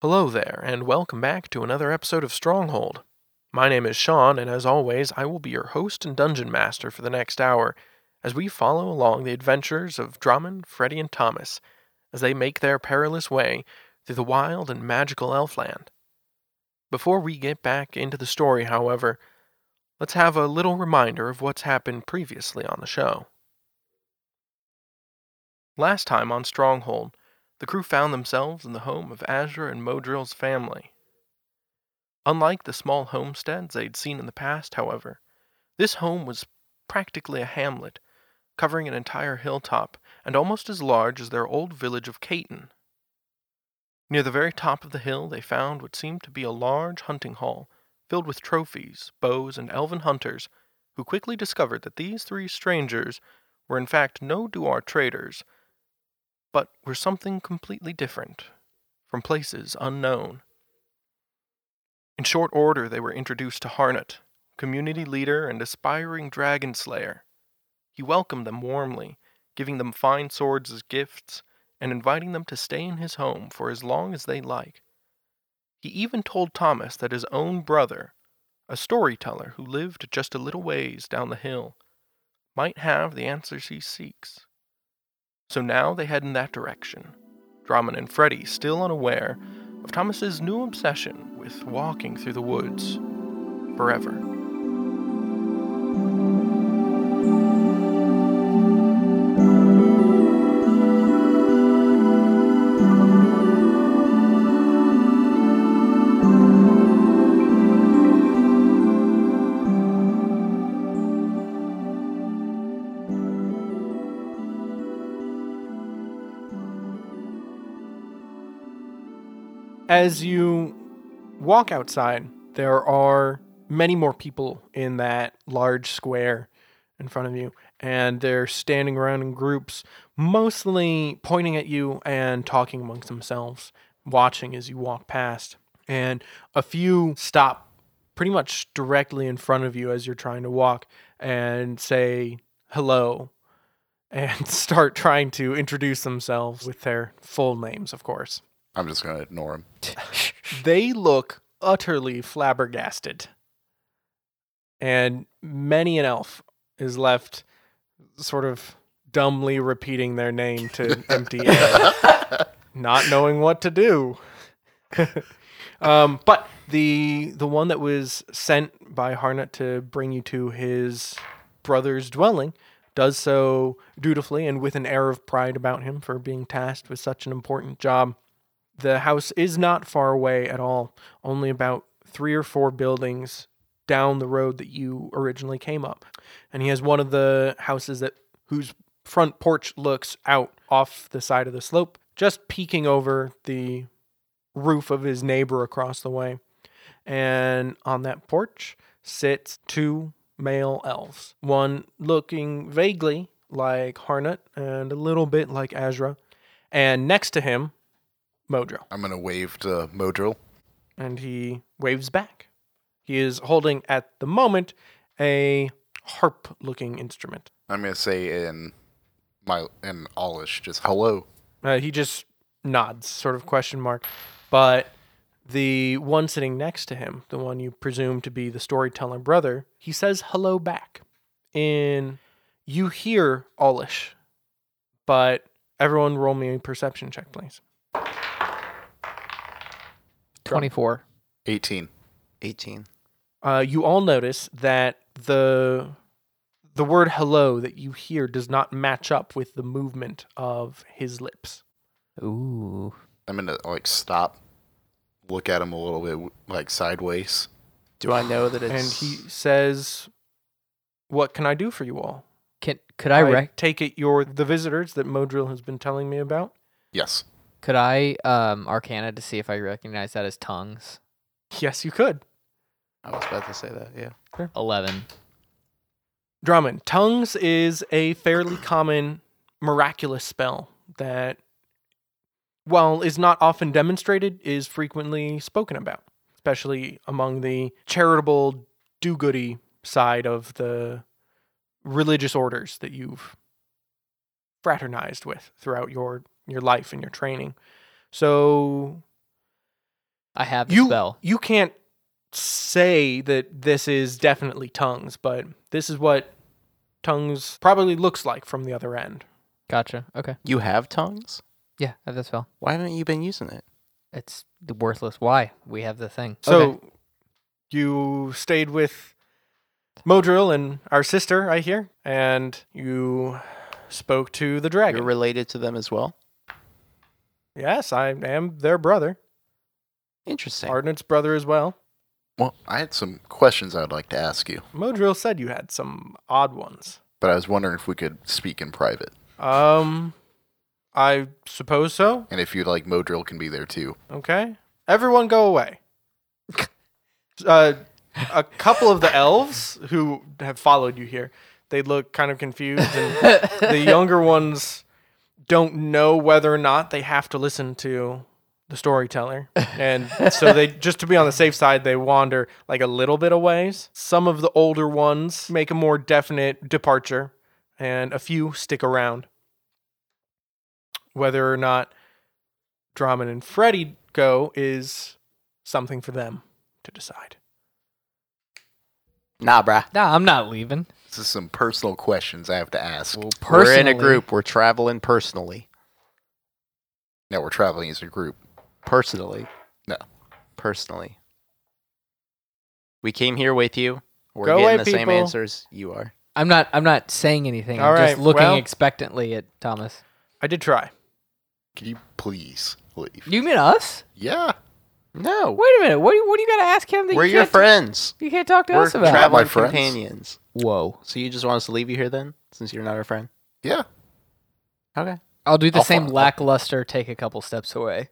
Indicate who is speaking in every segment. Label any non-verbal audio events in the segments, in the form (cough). Speaker 1: Hello there, and welcome back to another episode of Stronghold. My name is Sean, and as always, I will be your host and dungeon master for the next hour as we follow along the adventures of Drummond, Freddy, and Thomas as they make their perilous way through the wild and magical Elfland. Before we get back into the story, however, let's have a little reminder of what's happened previously on the show. Last time on Stronghold, the crew found themselves in the home of Azure and Modril's family. Unlike the small homesteads they'd seen in the past, however, this home was practically a hamlet, covering an entire hilltop and almost as large as their old village of Caton. Near the very top of the hill, they found what seemed to be a large hunting hall filled with trophies, bows, and elven hunters, who quickly discovered that these three strangers were in fact no Duar traders, but were something completely different, from places unknown. In short order, they were introduced to Harnut, community leader and aspiring dragon slayer. He welcomed them warmly, giving them fine swords as gifts, and inviting them to stay in his home for as long as they like. He even told Thomas that his own brother, a storyteller who lived just a little ways down the hill, might have the answers he seeks. So now they head in that direction. Draman and Freddy still unaware of Thomas's new obsession with walking through the woods forever. As you walk outside, there are many more people in that large square in front of you, and they're standing around in groups, mostly pointing at you and talking amongst themselves, watching as you walk past. And a few stop pretty much directly in front of you as you're trying to walk and say hello and (laughs) start trying to introduce themselves with their full names, of course
Speaker 2: I'm just gonna ignore him.
Speaker 1: they look utterly flabbergasted. And many an elf is left sort of dumbly repeating their name to empty air, not knowing what to do. (laughs) um, but the the one that was sent by Harnut to bring you to his brother's dwelling does so dutifully and with an air of pride about him for being tasked with such an important job. The house is not far away at all, only about three or four buildings down the road that you originally came up. And he has one of the houses that whose front porch looks out off the side of the slope, just peeking over the roof of his neighbor across the way. And on that porch sits two male elves, one looking vaguely like Harnut and a little bit like Azra. And next to him, Modro
Speaker 2: I'm gonna wave to Modril.
Speaker 1: and he waves back. He is holding at the moment a harp looking instrument.
Speaker 2: I'm gonna say in my in Aulish just hello.
Speaker 1: Uh, he just nods, sort of question mark. But the one sitting next to him, the one you presume to be the storyteller brother, he says hello back. In you hear Aulish, but everyone roll me a perception check, please.
Speaker 3: 24.
Speaker 2: 18.
Speaker 4: 18.
Speaker 1: uh, you all notice that the the word hello that you hear does not match up with the movement of his lips.
Speaker 3: Ooh.
Speaker 2: I'm gonna like stop, look at him a little bit like sideways.
Speaker 4: Do I know that
Speaker 1: And
Speaker 4: it's.
Speaker 1: he says, "What can I do for you all?"
Speaker 3: Can could I, rec-
Speaker 1: take it you're the visitors that Modril has been telling me about.
Speaker 2: Yes.
Speaker 3: could I um arcana to see if I recognize that as tongues?
Speaker 1: Yes, you could.
Speaker 4: I was about to say that, yeah.
Speaker 3: 11.
Speaker 1: Drummond, tongues is a fairly common miraculous spell that, while is not often demonstrated, is frequently spoken about, especially among the charitable do goody side of the religious orders that you've fraternized with throughout your, your life and your training. So
Speaker 3: I have the
Speaker 1: you
Speaker 3: spell.
Speaker 1: you can't say that this is definitely tongues, but this is what tongues probably looks like from the other end.
Speaker 3: Gotcha. Okay.
Speaker 5: You have tongues?
Speaker 3: Yeah, I have the spell.
Speaker 5: Why haven't you been using it?
Speaker 3: It's the worthless. Why? We have the thing.
Speaker 1: So
Speaker 3: Okay.
Speaker 1: you stayed with Modril and our sister, I hear, and you spoke to the dragon.
Speaker 5: You're related to them as well.
Speaker 1: yes, I am their brother,
Speaker 5: Interesting.
Speaker 3: (laughs)
Speaker 1: Ardnet's brother as well.
Speaker 2: Well, I had some questions I'd like to ask you,
Speaker 1: Modril said you had some odd ones.
Speaker 2: but I was wondering if we could speak in private,
Speaker 1: Um, I suppose so.
Speaker 2: and if you'd like, Modril can be there too.
Speaker 1: Okay. Everyone go away. (laughs) uh, a couple of the elves who have followed you here, they look kind of confused, (laughs) and the younger ones don't know whether or not they have to listen to the storyteller. And so they, just to be on the safe side, they wander like a little bit of ways. Some of the older ones make a more definite departure, and a few stick around. Whether or not Draman and Freddy go is something for them to decide.
Speaker 5: Nah, brah.
Speaker 3: nah, I'm not leaving.
Speaker 2: This is some personal questions I have to ask.
Speaker 5: We're in
Speaker 3: Personally.
Speaker 5: a group. We're traveling personally.
Speaker 2: Now we're traveling as a group.
Speaker 5: Personally.
Speaker 2: No.
Speaker 5: Personally. We came here with you. We're
Speaker 1: Go
Speaker 5: getting
Speaker 1: away,
Speaker 5: the same
Speaker 1: people.
Speaker 5: answers you are.
Speaker 3: I'm not. I'm not saying anything.
Speaker 1: All
Speaker 3: I'm
Speaker 1: right,
Speaker 3: just looking
Speaker 1: well-
Speaker 3: expectantly at Thomas.
Speaker 1: I did try.
Speaker 2: Can you please leave?
Speaker 3: You mean us?
Speaker 2: Yeah.
Speaker 5: No.
Speaker 3: Wait a minute. What do you, what do you got to ask him? That
Speaker 5: We're
Speaker 3: you
Speaker 5: your
Speaker 3: can't do-
Speaker 5: friends.
Speaker 3: You can't talk to
Speaker 5: We're
Speaker 3: us about.
Speaker 2: travel-
Speaker 5: traveling
Speaker 2: My friends?
Speaker 5: companions.
Speaker 3: Whoa.
Speaker 5: So you just want us to leave you here then, since you're not our friend?
Speaker 2: Yeah.
Speaker 5: Okay.
Speaker 3: I'll
Speaker 1: Oh,
Speaker 3: do the
Speaker 2: I'll
Speaker 3: same
Speaker 2: follow.
Speaker 3: lackluster. Take a couple steps away,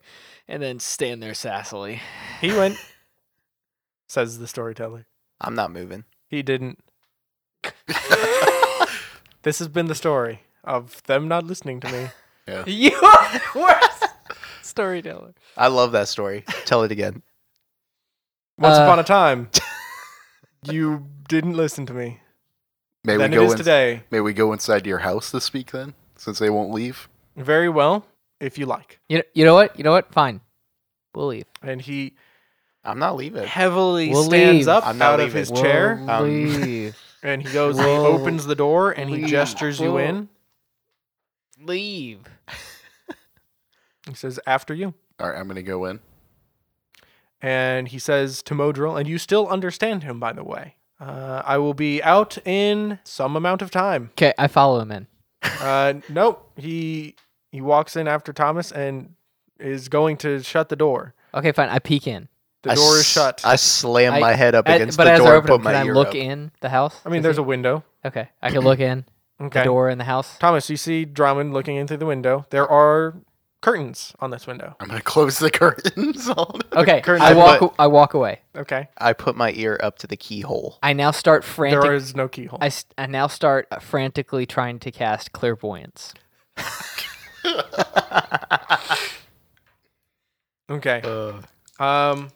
Speaker 3: and then stand
Speaker 1: (laughs)
Speaker 3: there sassily.
Speaker 1: He went, says the storyteller.
Speaker 5: I'm not moving.
Speaker 1: He didn't.
Speaker 3: (laughs)
Speaker 1: this has been the story of them not listening to
Speaker 3: (laughs)
Speaker 1: me.
Speaker 3: You are the
Speaker 1: (laughs)
Speaker 3: worst storyteller.
Speaker 5: I love that story. (laughs) Tell it again.
Speaker 1: Once
Speaker 3: Uh.
Speaker 1: upon a
Speaker 3: (laughs)
Speaker 1: time, you didn't listen to me.
Speaker 2: May
Speaker 1: then
Speaker 2: we
Speaker 1: it
Speaker 2: go
Speaker 1: is
Speaker 2: in-
Speaker 1: today.
Speaker 2: May we go inside your house to speak then, since they won't leave?
Speaker 1: Very well, if you like.
Speaker 3: You know, you know what? You know what? Fine. We'll leave.
Speaker 1: And he
Speaker 5: I'm not leaving.
Speaker 1: heavily
Speaker 3: We'll
Speaker 1: stands
Speaker 3: leave.
Speaker 1: up
Speaker 5: I'm not
Speaker 1: out of
Speaker 5: leaving.
Speaker 1: his
Speaker 3: We'll
Speaker 1: chair
Speaker 5: Um,
Speaker 3: leave.
Speaker 1: (laughs) and he goes and he
Speaker 3: We'll
Speaker 1: opens the door and he
Speaker 3: leave.
Speaker 1: gestures you
Speaker 3: We'll-
Speaker 1: in.
Speaker 3: leave.
Speaker 1: He says, After you.
Speaker 2: All right, I'm gonna go in.
Speaker 1: and he says to Modril, and you still understand him, by the way. Uh, I will be out in some amount of time.
Speaker 3: Okay, I follow him in.
Speaker 1: Uh, nope, he he walks in after Thomas and is going to shut the door.
Speaker 3: Okay, fine. I peek in.
Speaker 1: The
Speaker 5: I
Speaker 1: door is
Speaker 5: s-
Speaker 1: shut. I,
Speaker 5: I slam
Speaker 3: I-
Speaker 5: my head up
Speaker 3: At-
Speaker 5: against
Speaker 3: but
Speaker 5: the
Speaker 3: as
Speaker 5: door
Speaker 3: I
Speaker 5: and
Speaker 3: open
Speaker 5: put
Speaker 3: it,
Speaker 5: my
Speaker 3: can I
Speaker 5: ear
Speaker 3: look
Speaker 5: up.
Speaker 3: in the house?
Speaker 1: mean,
Speaker 3: Is
Speaker 1: there's
Speaker 3: it-
Speaker 1: a window.
Speaker 3: okay. I can look in
Speaker 1: Okay,
Speaker 3: the door in the house.
Speaker 1: Thomas, you see Drummond looking in through the window. There are curtains on this window.
Speaker 2: I'm gonna (laughs) close the curtains on.
Speaker 3: Okay,
Speaker 1: curtains
Speaker 3: I
Speaker 1: are
Speaker 3: walk.
Speaker 5: put-
Speaker 3: I walk away.
Speaker 1: Okay,
Speaker 5: I put my ear up to the keyhole.
Speaker 3: I now start frantic.
Speaker 1: there is no keyhole.
Speaker 3: I, s- I now start uh, frantically trying to cast clairvoyance.
Speaker 1: okay, um,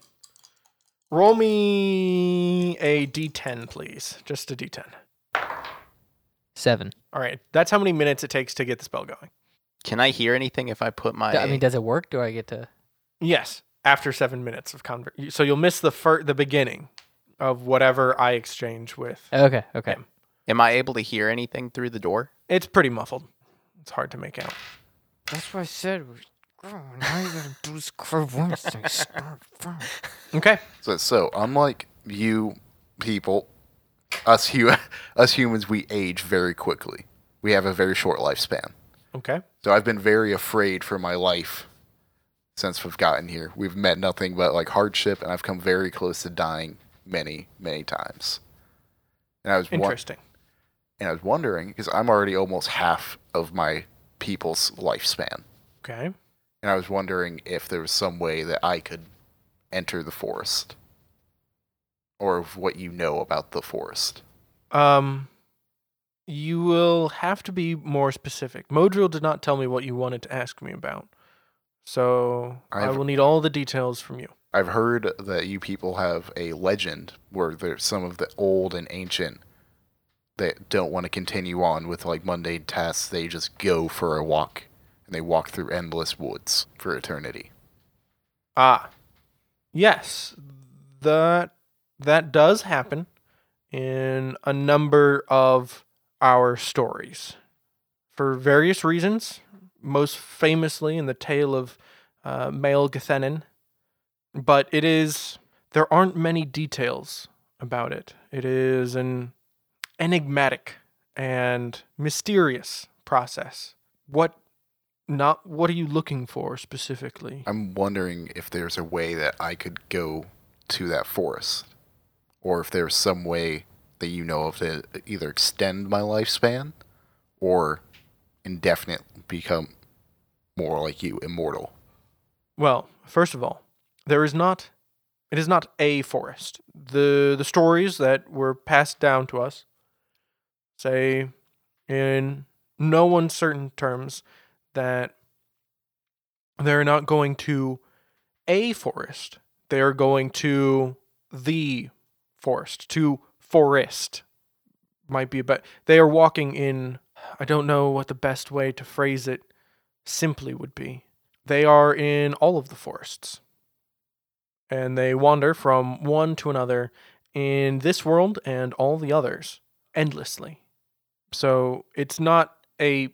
Speaker 1: roll me a d10, please. Just a d10.
Speaker 3: Seven.
Speaker 1: All right, that's how many minutes it takes to get the spell going.
Speaker 5: Can I hear anything if I put my?
Speaker 3: Do- I mean, does it work? Do I get to?
Speaker 1: Yes, after seven minutes of convert, so you'll miss the fir- the beginning of whatever I exchange with.
Speaker 3: Okay. Okay.
Speaker 1: Yeah.
Speaker 5: am I able to hear anything through the door?
Speaker 1: It's pretty muffled. It's hard to make out.
Speaker 3: That's what I said. Now you gotta do this clairvoyance thing.
Speaker 1: Okay,
Speaker 2: So, so unlike you people, us hu- (laughs) us humans, we age very quickly. We have a very short lifespan.
Speaker 1: okay.
Speaker 2: So I've been very afraid for my life since we've gotten here. We've met nothing but like hardship, and I've come very close to dying many, many times. And I was won-
Speaker 1: Interesting.
Speaker 2: and I was wondering because I'm already almost half of my people's lifespan,
Speaker 1: Okay.
Speaker 2: and I was wondering if there was some way that I could enter the forest, or of what you know about the forest.
Speaker 1: Um, you will have to be more specific. Modril did not tell me what you wanted to ask me about, so I
Speaker 2: I've-
Speaker 1: will need all the details from you.
Speaker 2: I've heard that you people have a legend where there's some of the old and ancient that don't want to continue on with like mundane tasks. They just go for a walk and they walk through endless woods for eternity.
Speaker 1: Ah, Yes, that that does happen in a number of our stories for various reasons. Most famously in the tale of uh, Mael Gethenin, but it is there aren't many details about it. It is an enigmatic and mysterious process. What not what are you looking for specifically?
Speaker 2: I'm wondering if there's a way that I could go to that forest, or if there's some way that you know of to either extend my lifespan or indefinite become more like you, immortal.
Speaker 1: Well, first of all, there is not it is not a forest. The the stories that were passed down to us say in no uncertain terms that they're not going to a forest. They are going to the forest, to forest. Might be but they are walking in I don't know what the best way to phrase it simply would be. They are in all of the forests. And they wander from one to another in this world and all the others endlessly. So it's not a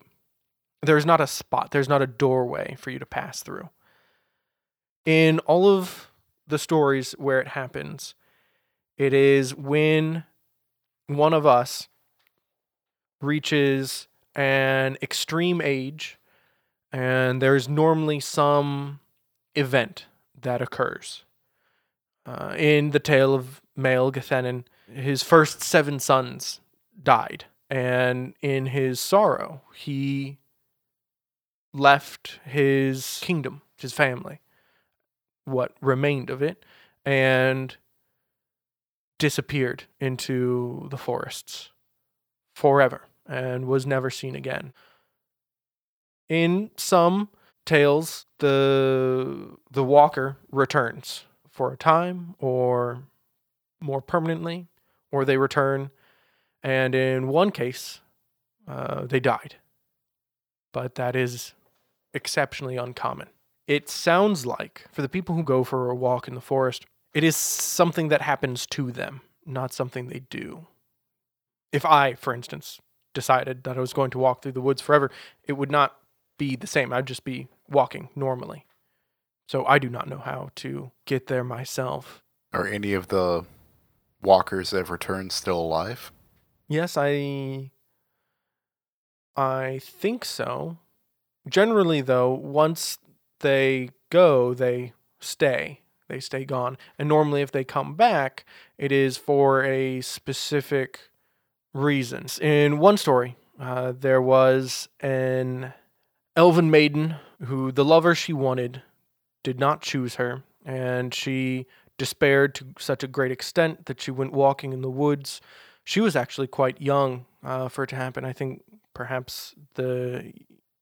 Speaker 1: there's not a spot, there's not a doorway for you to pass through. In all of the stories where it happens, it is when one of us reaches an extreme age and there's normally some event that occurs. Uh, in the tale of Mael Gethenin, his first seven sons died, and in his sorrow, he left his kingdom, his family, what remained of it, and disappeared into the forests forever and was never seen again in some tales the the walker returns for a time or more permanently or they return and in one case uh, they died but that is exceptionally uncommon it sounds like for the people who go for a walk in the forest it is something that happens to them not something they do if i for instance decided that i was going to walk through the woods forever it would not be the same. I'd just be walking normally. So I do not know how to get there myself.
Speaker 2: Are any of the walkers that have returned still alive?
Speaker 1: Yes, I I think so. Generally though, once they go, they stay. They stay gone. And normally if they come back, it is for a specific reason. In one story, uh, there was an elven maiden who the lover she wanted did not choose her, and she despaired to such a great extent that she went walking in the woods. She was actually quite young uh, for it to happen. I think perhaps the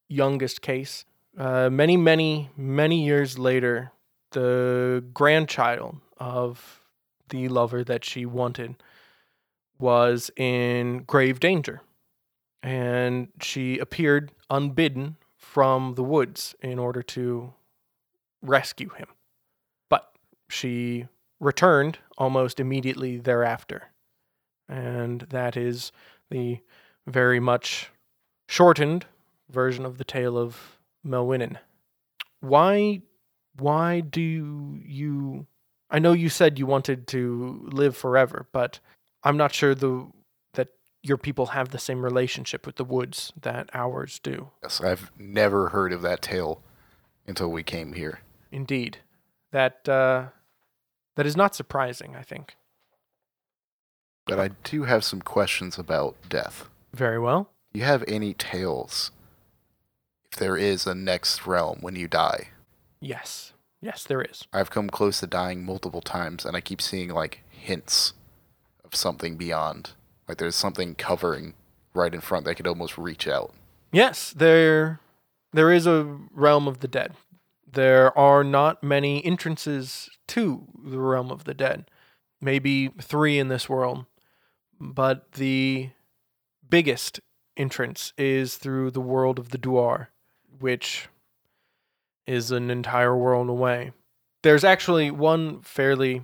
Speaker 1: youngest case. Uh, many, many, many years later, the grandchild of the lover that she wanted was in grave danger and she appeared unbidden from the woods in order to rescue him. But she returned almost immediately thereafter. And that is the very much shortened version of the tale of Melwinen. Why why do you I know you said you wanted to live forever, but I'm not sure the that your people have the same relationship with the woods that ours do.
Speaker 2: Yes, I've never heard of that tale until we came here.
Speaker 1: Indeed. That uh, that is not surprising, I think.
Speaker 2: But I do have some questions about death.
Speaker 1: Very well.
Speaker 2: Do you have any tales if there is a next realm when you die?
Speaker 1: Yes. Yes, there is.
Speaker 2: I've come close to dying multiple times, and I keep seeing like hints of something beyond. Like there's something covering right in front that I could almost reach out.
Speaker 1: Yes, there there is a realm of the dead. There are not many entrances to the realm of the dead. Maybe 3 in this world, but the biggest entrance is through the world of the Duar, which is an entire world away. There's actually one fairly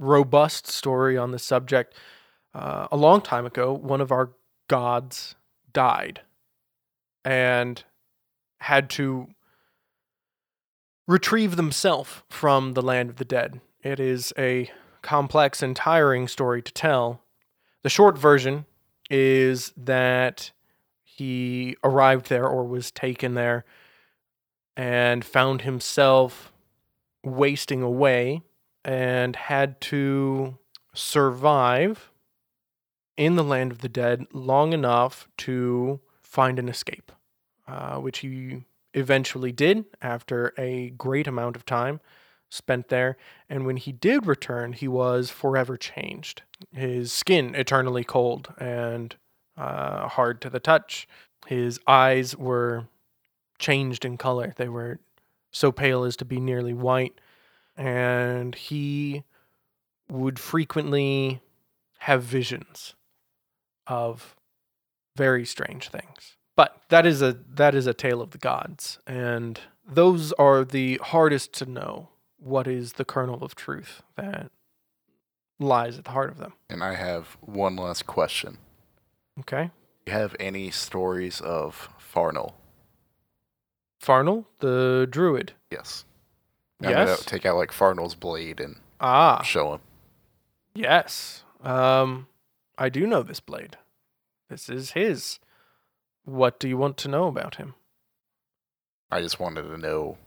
Speaker 1: robust story on this subject. Uh, a long time ago, one of our gods died and had to retrieve themselves from the land of the dead. It is a complex and tiring story to tell. The short version is that he arrived there or was taken there and found himself wasting away and had to survive in the land of the dead long enough to find an escape, uh, which he eventually did after a great amount of time spent there. And when he did return, he was forever changed. His skin eternally cold and uh, hard to the touch. His eyes were changed in color, they were so pale as to be nearly white. And he would frequently have visions of very strange things. But that is a that is a tale of the gods, and those are the hardest to know what is the kernel of truth that lies at the heart of them.
Speaker 2: And I have one last question.
Speaker 1: Okay.
Speaker 2: Do you have any stories of Farnell?
Speaker 1: Farnell, the druid.
Speaker 2: Yes. I'm gonna
Speaker 1: Yes.
Speaker 2: Take out like Farnell's blade and
Speaker 1: Ah,
Speaker 2: show him.
Speaker 1: yes. Um I do know this blade. This is his. What do you want to know about him?
Speaker 2: I just wanted to know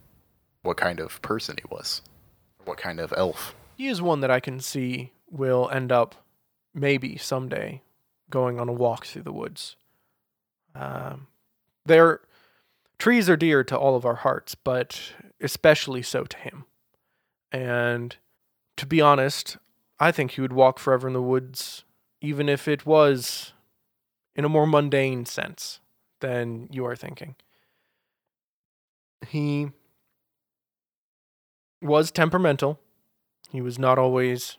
Speaker 2: what kind of person he was, what kind of elf.
Speaker 1: He is one that I can see will end up maybe someday going on a walk through the woods. Um, they're, trees are dear to all of our hearts, but especially so to him. And to be honest, I think he would walk forever in the woods, even if it was in a more mundane sense than you are thinking. He was temperamental. He was not always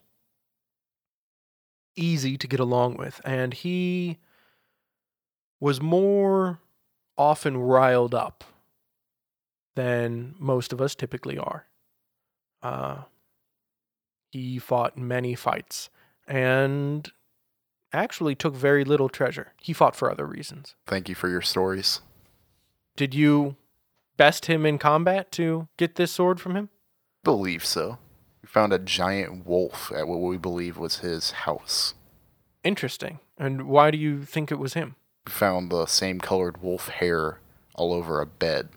Speaker 1: easy to get along with, and he was more often riled up than most of us typically are. Uh, he fought many fights and actually took very little treasure. He fought for other reasons.
Speaker 2: Thank you for your stories.
Speaker 1: Did you best him in combat to get this sword from him?
Speaker 2: Believe so. We found a giant wolf at what we believe was his house.
Speaker 1: Interesting. And why do you think it was him?
Speaker 2: We found the same colored wolf hair all over a bed.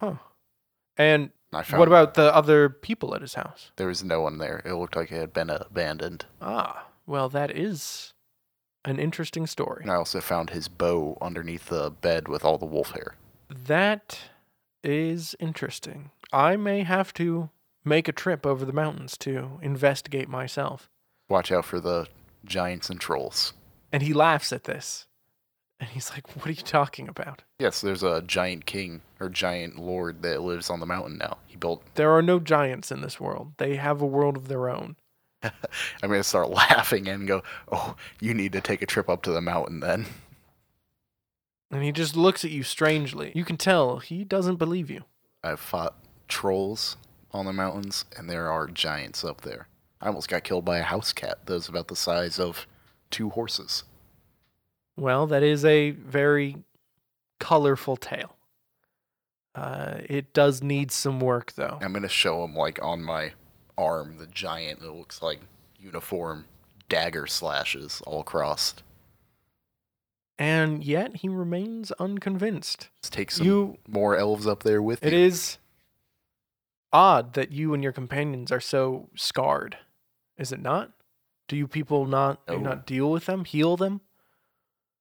Speaker 1: And
Speaker 2: And I found
Speaker 1: What about the other people at his house?
Speaker 2: there was no one there. It looked like it had been abandoned.
Speaker 1: Ah, well, that is an interesting story.
Speaker 2: And I also found his bow underneath the bed with all the wolf hair.
Speaker 1: That is interesting. I may have to make a trip over the mountains to investigate myself.
Speaker 2: Watch out for the giants and trolls.
Speaker 1: And he laughs at this. And he's like, What are you talking about?
Speaker 2: Yes, there's a giant king or giant lord that lives on the mountain now. He built.
Speaker 1: There are no giants in this world, they have a world of their own.
Speaker 2: I'm gonna start (laughs) laughing and go, "Oh, you need to take a trip up to the mountain then."
Speaker 1: And he just looks at you strangely. You can tell he doesn't believe you.
Speaker 2: I've fought trolls on the mountains, and there are giants up there. I almost got killed by a house cat that was about the size of two horses.
Speaker 1: Well, that is a very colorful tale. Uh, it does need some work, though.
Speaker 2: I'm gonna show him like on my arm the giant that looks like uniform dagger slashes all across.
Speaker 1: And yet he remains unconvinced.
Speaker 2: Let's take some
Speaker 1: You-
Speaker 2: more elves up there with
Speaker 1: It
Speaker 2: you.
Speaker 1: is odd that you and your companions are so scarred, is it not? Do you people not do you
Speaker 2: No.
Speaker 1: not deal with them, heal them?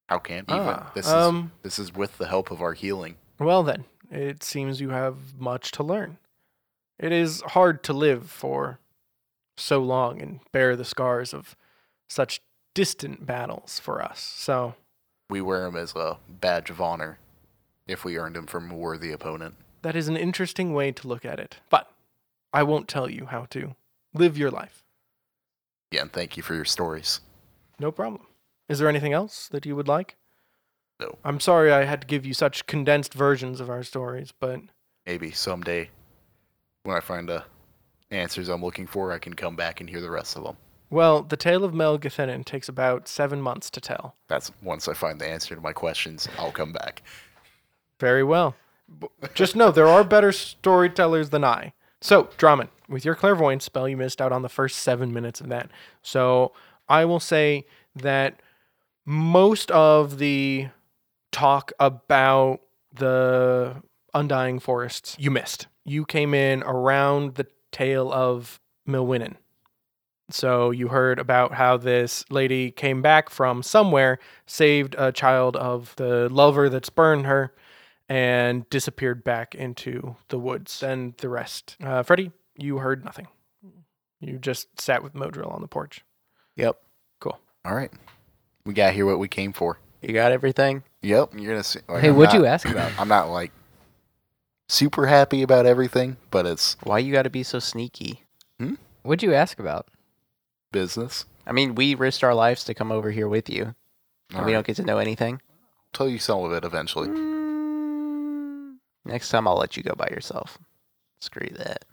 Speaker 2: How can even
Speaker 1: Ah,
Speaker 2: this is
Speaker 1: um,
Speaker 2: this is with the help of our healing.
Speaker 1: Well then, it seems you have much to learn. It is hard to live for so long and bear the scars of such distant battles for us. So
Speaker 2: We wear him as a badge of honor if we earned him from a worthy opponent.
Speaker 1: that is an interesting way to look at it. But I won't tell you how to live your life.
Speaker 2: Yeah, and thank you for your stories.
Speaker 1: No problem. Is there anything else that you would like?
Speaker 2: No.
Speaker 1: I'm sorry I had to give you such condensed versions of our stories, but
Speaker 2: Maybe someday when I find the answers I'm looking for, I can come back and hear the rest of them.
Speaker 1: Well, the tale of Melgathenin takes about seven months to tell.
Speaker 2: That's once I find the answer to my questions, I'll come back.
Speaker 1: Very well. B- Just know there are better storytellers than I. So, Drummond, with your clairvoyance spell, you missed out on the first seven minutes of that. So, I will say that most of the talk about the Undying Forests you missed. You came in around the tale of Milwinnin. So, you heard about how this lady came back from somewhere, saved a child of the lover that's burned her, and disappeared back into the woods and the rest. Uh, Freddie, you heard nothing. You just sat with Modril on the porch.
Speaker 5: Yep.
Speaker 2: All right, we got here what we came for.
Speaker 5: You got everything?
Speaker 2: Yep, you're gonna see. like,
Speaker 3: Hey,
Speaker 2: I'm
Speaker 3: what'd you
Speaker 2: not-
Speaker 3: ask about?
Speaker 2: I'm not like super happy about everything, but it's
Speaker 5: Why you got to be so sneaky?
Speaker 3: What'd you ask about?
Speaker 2: business.
Speaker 5: I mean, we risked our lives to come over here with you.
Speaker 2: All
Speaker 5: and we
Speaker 2: right,
Speaker 5: don't get to know anything.
Speaker 2: tell you some of it eventually.
Speaker 3: Mm.
Speaker 5: Mm. Next time, I'll let you go by yourself. Screw that.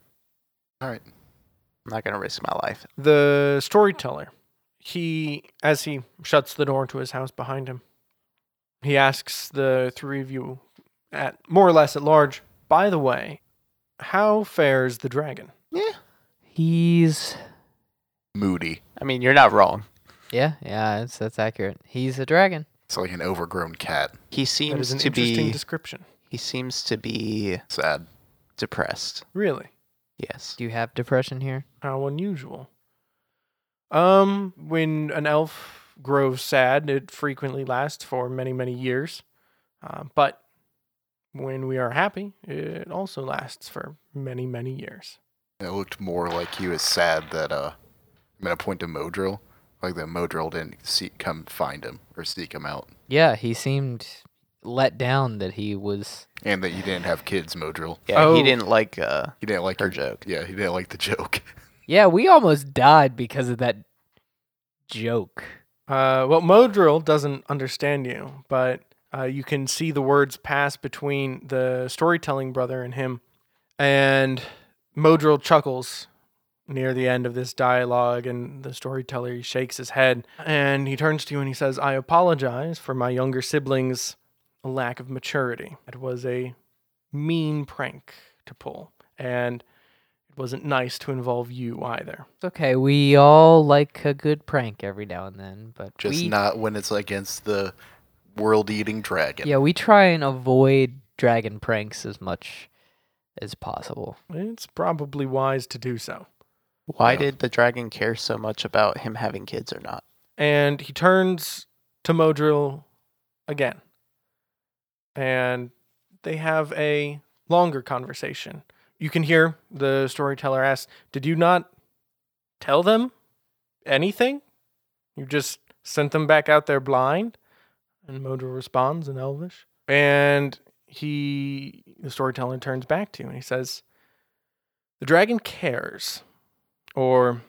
Speaker 2: All right.
Speaker 5: I'm not gonna risk my life.
Speaker 1: The storyteller, he, as he shuts the door to his house behind him, he asks the three of you, at more or less at large, by the way, how fares the dragon?
Speaker 3: He's
Speaker 2: Moody.
Speaker 5: I mean, you're not wrong.
Speaker 3: yeah, yeah. That's that's accurate. He's a dragon.
Speaker 2: It's like an overgrown cat.
Speaker 5: He
Speaker 1: That is
Speaker 5: seems
Speaker 1: an
Speaker 5: to
Speaker 1: interesting
Speaker 5: be.
Speaker 1: description.
Speaker 5: he seems to be
Speaker 2: Sad.
Speaker 5: depressed.
Speaker 1: Really?
Speaker 5: Yes.
Speaker 3: Do you have depression here?
Speaker 1: How unusual. Um, when an elf grows sad, it frequently lasts for many, many years. Uh, but when we are happy, it also lasts for many, many years.
Speaker 2: It looked more like he was sad that uh I'm gonna point to Modril. Like that Modril didn't see come find him or seek him out.
Speaker 3: Yeah, he seemed let down that he was.
Speaker 2: And that you didn't have kids, Modril.
Speaker 5: Yeah.
Speaker 1: Oh.
Speaker 5: He didn't like. Uh,
Speaker 2: He didn't like
Speaker 5: Her
Speaker 2: your
Speaker 5: joke.
Speaker 2: Yeah, he didn't like the joke. (laughs)
Speaker 3: Yeah, we almost died because of that joke.
Speaker 1: Uh, well, Modril doesn't understand you, but uh, you can see the words pass between the storytelling brother and him. And Modril chuckles near the end of this dialogue, and the storyteller shakes his head. And he turns to you and he says, I apologize for my younger siblings' lack of maturity. It was a mean prank to pull, and it wasn't nice to involve you either.
Speaker 3: It's okay. We all like a good prank every now and then, but
Speaker 2: Just
Speaker 3: we,
Speaker 2: not when it's against the world eating dragon.
Speaker 3: Yeah, we try and avoid dragon pranks as much as possible.
Speaker 1: It's probably wise to do so.
Speaker 5: why
Speaker 2: Yeah.
Speaker 5: did the dragon care so much about him having kids or not?
Speaker 1: and he turns to Modril again. And they have a longer conversation. You can hear the storyteller ask, Did you not tell them anything? You just sent them back out there blind? And Modril responds in Elvish. And he, the storyteller, turns back to you and he says, The dragon cares, or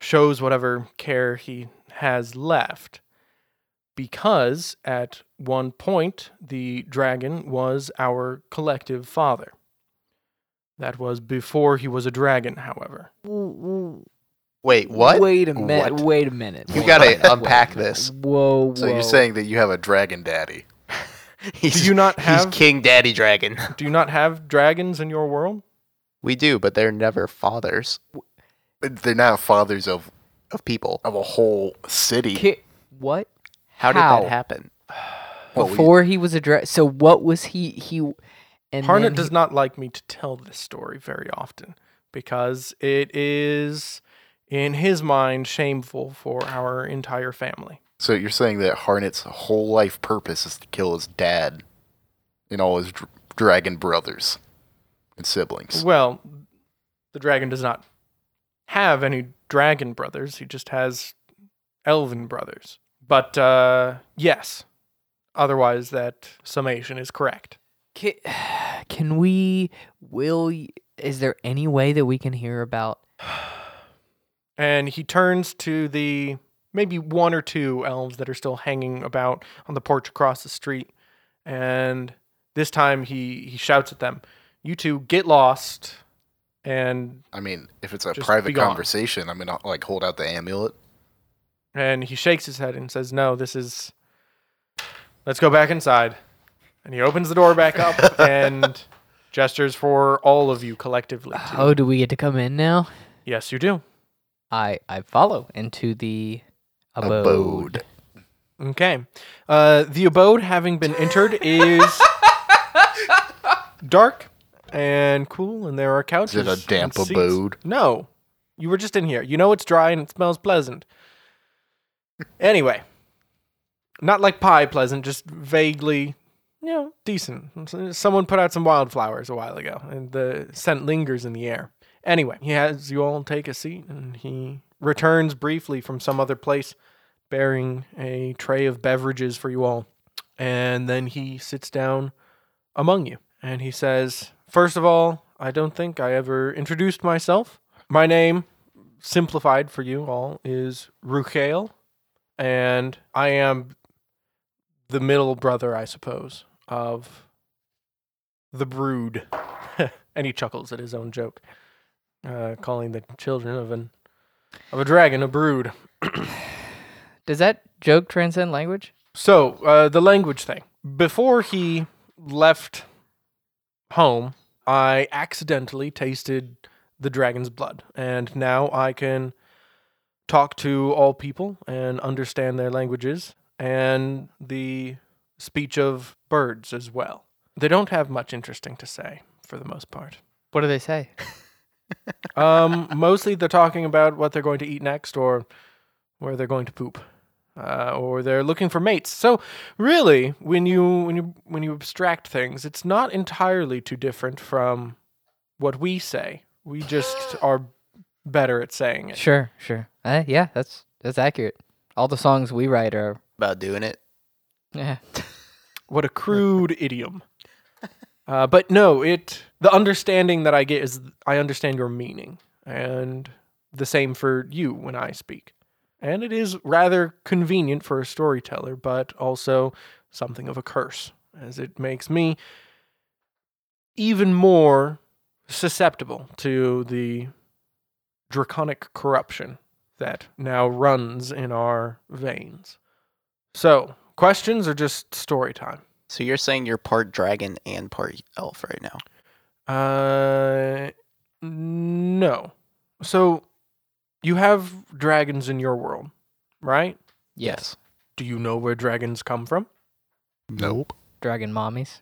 Speaker 1: shows whatever care he has left. Because at one point, the dragon was our collective father. That was before he was a dragon, however.
Speaker 5: Wait, what?
Speaker 3: Wait a minute.
Speaker 2: What?
Speaker 3: Wait a minute.
Speaker 5: You
Speaker 3: wait
Speaker 5: gotta
Speaker 3: a minute, wait a
Speaker 5: unpack
Speaker 3: minute.
Speaker 5: this.
Speaker 3: Whoa, whoa.
Speaker 2: So you're saying that you have a dragon daddy.
Speaker 5: (laughs) He's,
Speaker 1: do you not have
Speaker 5: he's King Daddy Dragon. (laughs)
Speaker 1: do you not have dragons in your world?
Speaker 5: We do, but they're never fathers
Speaker 2: But They're not fathers of
Speaker 5: of people.
Speaker 2: of a whole city.
Speaker 3: Ki- what?
Speaker 5: How,
Speaker 3: How?
Speaker 5: did that happen?
Speaker 2: Well, we-
Speaker 3: Before he was a dragon. So what was he? He. And
Speaker 1: Harnett
Speaker 3: then
Speaker 1: does
Speaker 3: he-
Speaker 1: not like me to tell this story very often because it is in his mind shameful for our entire family.
Speaker 2: So you're saying that Harnet's whole life purpose is to kill his dad and all his dr- dragon brothers and siblings.
Speaker 1: Well, the dragon does not have any dragon brothers. He just has elven brothers. But uh, yes, otherwise that summation is correct.
Speaker 3: Can, (sighs) can we? Will? y- Is there any way that we can hear about?
Speaker 1: And he turns to the maybe one or two elves that are still hanging about on the porch across the street. And this time he, he shouts at them, You two, get lost. and
Speaker 2: I mean, if it's a
Speaker 1: Just be
Speaker 2: private
Speaker 1: gone.
Speaker 2: conversation, I'm gonna like hold out the amulet.
Speaker 1: and he shakes his head and says, "No, this is. Let's go back inside." And he opens the door back up and gestures for all of you collectively. to-
Speaker 3: Oh, do we get to come in now?
Speaker 1: yes, you do.
Speaker 3: I I follow into the abode.
Speaker 2: Abode.
Speaker 1: Okay. Uh, the abode having been entered is dark and cool, and there are couches.
Speaker 2: it a
Speaker 1: and
Speaker 2: damp
Speaker 1: seats.
Speaker 2: abode?
Speaker 1: No. You were just in here. You know it's dry and it smells pleasant. Anyway, not like pie pleasant, just vaguely, you know, decent. Someone put out some wildflowers a while ago, and the scent lingers in the air. Anyway, he has you all take a seat, and he returns briefly from some other place bearing a tray of beverages for you all. And then he sits down among you and he says, First of all, I don't think I ever introduced myself. My name, simplified for you all, is Ruchael, and I am the middle brother, I suppose, of the brood. (laughs) and he chuckles at his own joke, uh, calling the children of an of a dragon a brood.
Speaker 3: Does that joke transcend language?
Speaker 1: So uh, the language thing. Before he left home, I accidentally tasted the dragon's blood, and now I can talk to all people and understand their languages and the speech of birds as well. They don't have much interesting to say for the most part.
Speaker 3: What do they say?
Speaker 1: Um, mostly they're talking about what they're going to eat next or where they're going to poop. Uh, or they're looking for mates. So really, when you when you when you abstract things, it's not entirely too different from what we say. We just are better at saying it.
Speaker 3: (laughs) Sure, sure. Uh, yeah, that's that's accurate. All the songs we write are eh,
Speaker 5: About doing it.
Speaker 3: yeah.
Speaker 1: What a crude idiom. Uh, but no, it the understanding that I get is I understand your meaning, and the same for you when I speak. And it is rather convenient for a storyteller, but also something of a curse, as it makes me even more susceptible to the draconic corruption that now runs in our veins. So, questions or just story time?
Speaker 5: So you're saying you're part dragon and part elf right now.
Speaker 1: Uh, no. So you have dragons in your world, right?
Speaker 3: Yes.
Speaker 1: Do you know where dragons come from?
Speaker 2: Nope.
Speaker 3: Dragon mommies.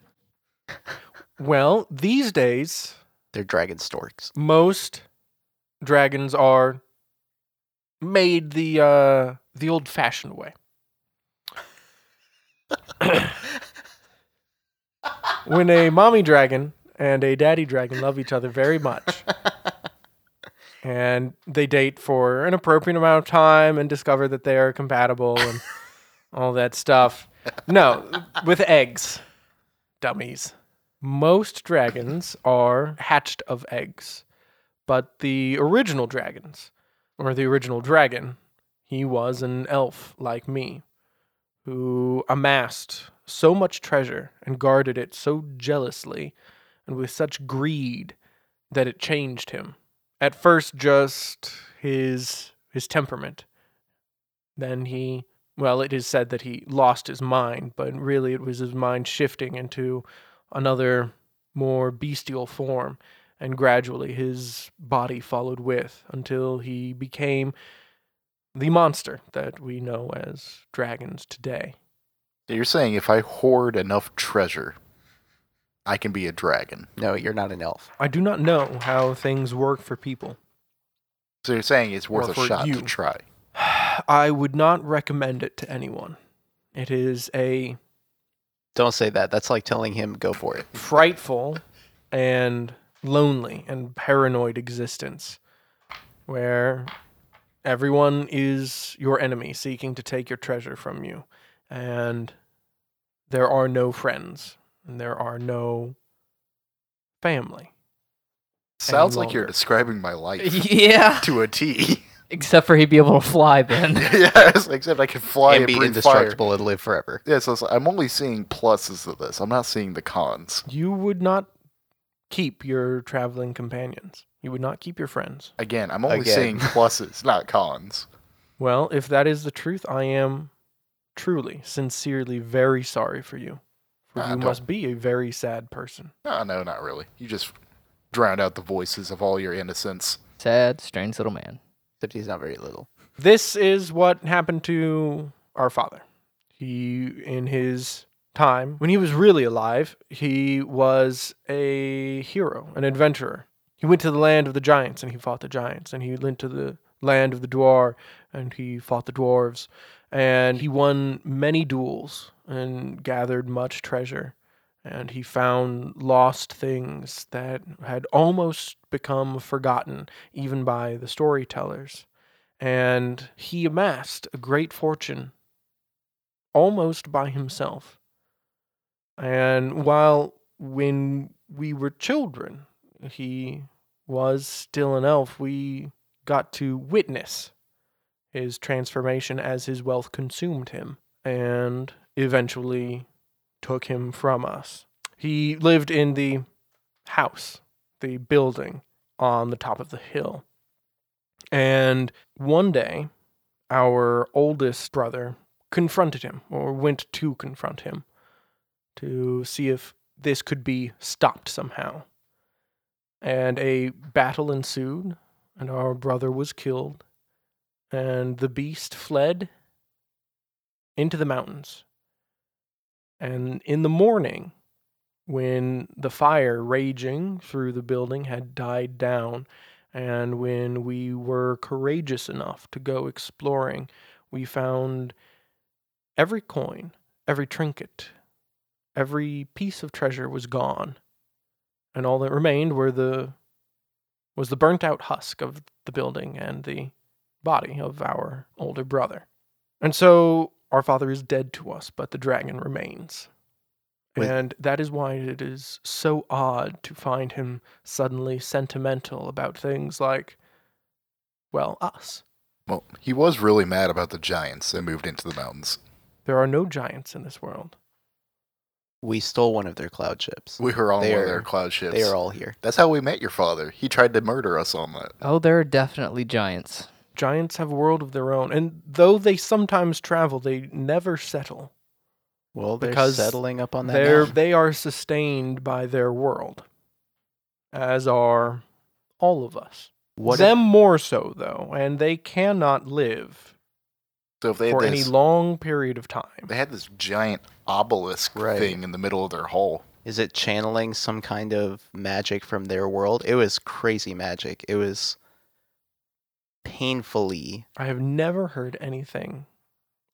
Speaker 1: Well, these days,
Speaker 5: They're dragon storks.
Speaker 1: most dragons are made the uh the old-fashioned way. when a mommy dragon and a daddy dragon love each other very much. and they date for an appropriate amount of time and discover that they are compatible and all that stuff. No, with eggs. Dummies. Most dragons are hatched of eggs, but the original dragons, or the original dragon, he was an elf like me, who amassed so much treasure and guarded it so jealously and with such greed that it changed him. At first, just his his temperament. Then he, well, it is said that he lost his mind, but really it was his mind shifting into another more bestial form, and gradually his body followed with until he became the monster that we know as dragons today.
Speaker 2: So you're saying if I hoard enough treasure, I can be a dragon.
Speaker 5: No, you're not an elf.
Speaker 1: I do not know how things work for people. (sighs)
Speaker 2: So you're saying it's worth
Speaker 1: Or
Speaker 2: a
Speaker 1: for
Speaker 2: shot
Speaker 1: you.
Speaker 2: to try.
Speaker 1: I would not recommend it to anyone. It is a
Speaker 5: Don't say that. That's like telling him go for it.
Speaker 1: frightful and lonely and paranoid existence where everyone is your enemy seeking to take your treasure from you and there are no friends and there are no family
Speaker 2: Sounds like you're
Speaker 1: longer.
Speaker 2: describing
Speaker 1: (laughs)
Speaker 2: my life
Speaker 3: (laughs) yeah.
Speaker 2: to a
Speaker 5: (laughs)
Speaker 2: T.
Speaker 3: Except for he'd be able to fly
Speaker 2: (laughs)
Speaker 3: then.
Speaker 2: yes, except I can fly
Speaker 5: and
Speaker 2: and,
Speaker 5: be
Speaker 2: breathe fire.
Speaker 5: indestructible and live forever.
Speaker 2: Yeah, so it's like- I'm only seeing pluses of this. I'm not seeing the cons.
Speaker 1: you would not keep your traveling companions You would not keep your friends.
Speaker 2: Again, I'm only
Speaker 5: Again.
Speaker 2: saying pluses, not cons.
Speaker 1: Well, if that is the truth, I am truly, sincerely, very sorry for you. For
Speaker 2: Nah,
Speaker 1: you
Speaker 2: don't-
Speaker 1: must be a very sad person.
Speaker 2: No, no, not really. You just drowned out the voices of all your innocence.
Speaker 3: Sad, strange little man.
Speaker 5: Except he's not very little.
Speaker 1: This is what happened to our father. He, in his time, when he was really alive, he was a hero, an adventurer. He went to the land of the giants and he fought the giants, and he went to the land of the dwarf and he fought the dwarves, and he won many duels and gathered much treasure. And he found lost things that had almost become forgotten, even by the storytellers and he amassed a great fortune almost by himself. And while when we were children, he was still an elf, we got to witness his transformation as his wealth consumed him and eventually took him from us. He lived in the house, the building on the top of the hill. And one day, our oldest brother confronted him, or went to confront him, to see if this could be stopped somehow. And a battle ensued, and our brother was killed, and the beast fled into the mountains. And in the morning, when the fire raging through the building had died down, and when we were courageous enough to go exploring, we found every coin, every trinket, every piece of treasure was gone. And all that remained were the was the burnt out husk of the building and the body of our older brother. And so our father is dead to us, but the dragon remains.
Speaker 5: Wait.
Speaker 1: And that is why it is so odd to find him suddenly sentimental about things like, well, us.
Speaker 2: Well, he was really mad about the giants and moved into the mountains.
Speaker 1: There are no giants in this world.
Speaker 5: We stole one of their cloud ships.
Speaker 2: We were on one
Speaker 5: They're-
Speaker 2: of their cloud ships.
Speaker 5: They are all here.
Speaker 2: That's how we met your father. He tried to murder us on that.
Speaker 3: Oh, there are definitely giants.
Speaker 1: Giants have a world of their own, and though they sometimes travel, they never settle.
Speaker 5: Well,
Speaker 1: they're
Speaker 5: they're
Speaker 1: Because
Speaker 5: settling up on that.
Speaker 1: They're, they are sustained by their world, as are all of us.
Speaker 5: What
Speaker 1: Them more so, though, and they cannot live
Speaker 2: So if they had,
Speaker 1: for any
Speaker 2: this,
Speaker 1: long period of time.
Speaker 2: they had this giant obelisk
Speaker 5: Right.
Speaker 2: thing in the middle of their hall.
Speaker 5: Is it channeling some kind of magic from their world? It was crazy magic. It was painfully.
Speaker 1: I have never heard anything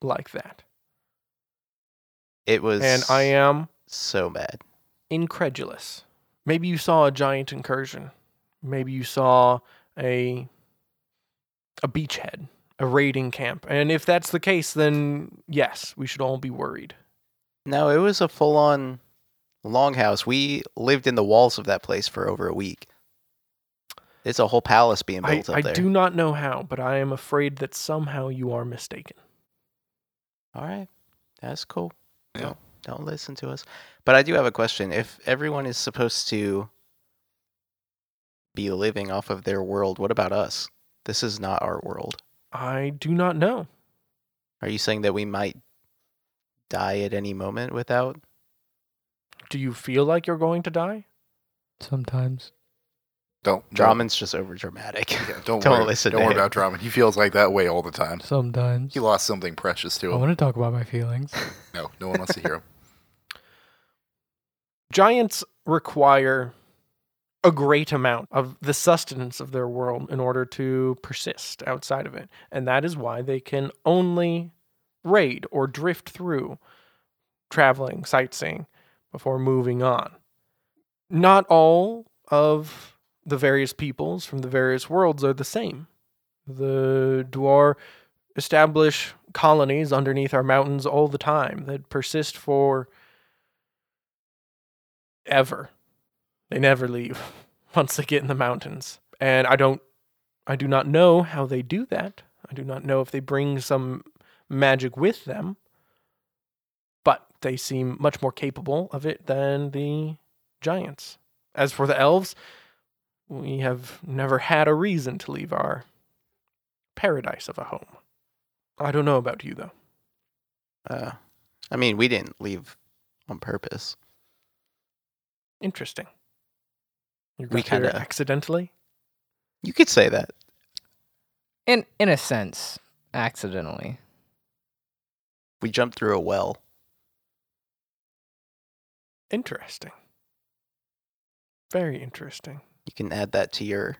Speaker 1: like that.
Speaker 5: It was.
Speaker 1: And I am
Speaker 5: so bad.
Speaker 1: incredulous. Maybe you saw a giant incursion. Maybe you saw a a beachhead, a raiding camp. And if that's the case, then yes, we should all be worried.
Speaker 5: No, it was a full-on longhouse. We lived in the walls of that place for over a week. It's a whole palace being
Speaker 1: I,
Speaker 5: built up
Speaker 1: I
Speaker 5: there.
Speaker 1: do not know how, but I am afraid that somehow you are mistaken.
Speaker 5: All right, that's cool.
Speaker 2: Yeah.
Speaker 5: Don't, don't listen to us. But I do have a question. If everyone is supposed to be living off of their world, what about us? This is not our world.
Speaker 1: I do not know.
Speaker 5: Are you saying that we might die at any moment without?
Speaker 1: Do you feel like you're going to die?
Speaker 3: Sometimes.
Speaker 2: Don't
Speaker 5: Drummond's just over dramatic.
Speaker 2: Yeah, don't,
Speaker 5: Don't
Speaker 2: worry.
Speaker 5: listen
Speaker 2: Don't
Speaker 5: to
Speaker 2: worry
Speaker 5: him.
Speaker 2: about Drummond. He feels like that way all the time.
Speaker 3: Sometimes.
Speaker 2: He lost something precious to him.
Speaker 3: to talk about my feelings.
Speaker 2: No, no one wants to hear him. (laughs)
Speaker 1: Giants require a great amount of the sustenance of their world in order to persist outside of it. And that is why they can only raid or drift through traveling, sightseeing before moving on. Not all of the various peoples from the various worlds are the same. The Dwar establish colonies underneath our mountains all the time that persist for ever. They never leave (laughs) once they get in the mountains. And I don't I do not know how they do that. I do not know if they bring some magic with them. But they seem much more capable of it than the giants. As for the elves, we have never had a reason to leave our paradise of a home. I don't know about you though.
Speaker 5: (laughs) Uh, I mean, we didn't leave on purpose.
Speaker 1: Interesting. You
Speaker 5: We
Speaker 1: got here
Speaker 5: kinda-
Speaker 1: accidentally.
Speaker 5: You could say that.
Speaker 3: In in a sense, accidentally.
Speaker 5: We jumped through a well.
Speaker 1: Interesting. Very interesting.
Speaker 5: You can add that to your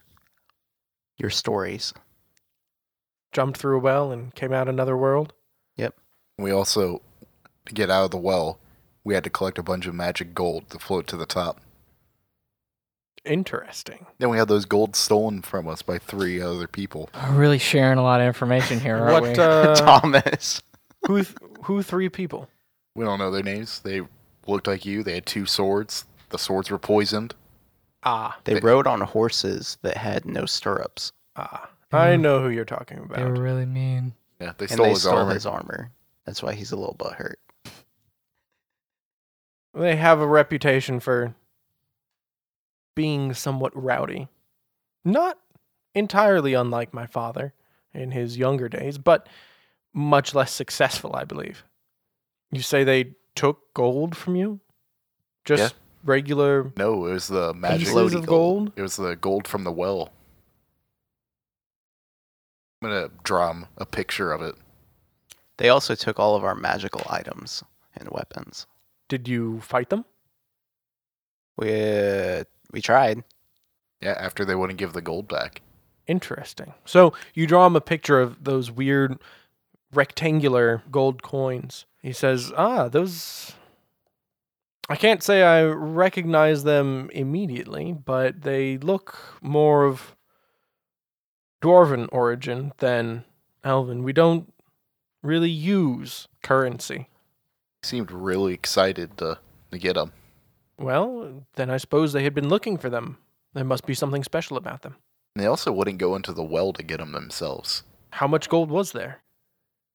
Speaker 5: your stories. (laughs)
Speaker 1: Jumped through a well and came out another world.
Speaker 2: We also, to get out of the well, we had to collect a bunch of magic gold to float to the top.
Speaker 1: Interesting.
Speaker 2: Then we had those gold stolen from us by three other people.
Speaker 3: We're really sharing a lot of information here, aren't
Speaker 1: what
Speaker 3: we? (laughs)
Speaker 1: uh,
Speaker 5: Thomas.
Speaker 1: who th- who three people?
Speaker 2: We don't know their names. They looked like you. They had two swords. The swords were poisoned.
Speaker 1: Ah,
Speaker 5: They rode on horses that had no stirrups,
Speaker 1: ah. I know who you're talking
Speaker 3: they Mm-hmm. were
Speaker 1: about.
Speaker 3: really mean.
Speaker 2: Yeah, they
Speaker 5: and
Speaker 2: stole,
Speaker 5: they
Speaker 2: his,
Speaker 5: stole
Speaker 2: armor.
Speaker 5: his armor. That's why he's a little butthurt.
Speaker 1: They have a reputation for being somewhat rowdy. Not entirely unlike my father in his younger days, but much less successful, I believe. You say they took gold from you? Just regular
Speaker 2: No, it was the magic.
Speaker 1: pieces
Speaker 5: Lodi
Speaker 1: of
Speaker 5: gold.
Speaker 1: gold?
Speaker 2: It was the gold from the well. I'm gonna draw him a picture of it.
Speaker 5: They also took all of our magical items and weapons.
Speaker 1: Did you fight them?
Speaker 5: We uh, we tried.
Speaker 2: Yeah, after they wouldn't give the gold back.
Speaker 1: Interesting. So you draw him a picture of those weird rectangular gold coins. He says, Ah, those. I can't say I recognize them immediately, but they look more of dwarven origin than elven. We don't really use currency.
Speaker 2: He seemed really excited to, to get them.
Speaker 1: Well, then I suppose they had been looking for them. There must be something special about them.
Speaker 2: They also wouldn't go into the well to get them themselves.
Speaker 1: How much gold was there?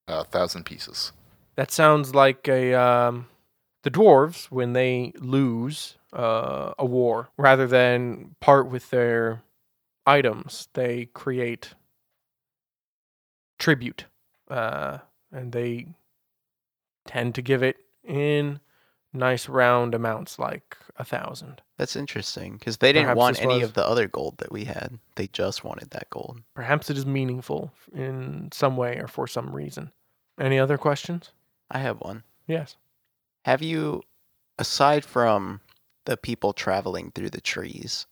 Speaker 2: A thousand pieces.
Speaker 1: That sounds like a um, the dwarves when they lose uh, a war, rather than part with their items, they create tribute, uh, and they tend to give it in nice round amounts, like a thousand.
Speaker 5: That's interesting because they didn't
Speaker 1: Perhaps
Speaker 5: want
Speaker 1: this
Speaker 5: any
Speaker 1: was-
Speaker 5: of the other gold that we had. They just wanted that gold.
Speaker 1: Perhaps it is meaningful in some way or for some reason. Any other questions?
Speaker 5: I have one.
Speaker 1: Yes.
Speaker 5: Have you, aside from the people traveling through the trees,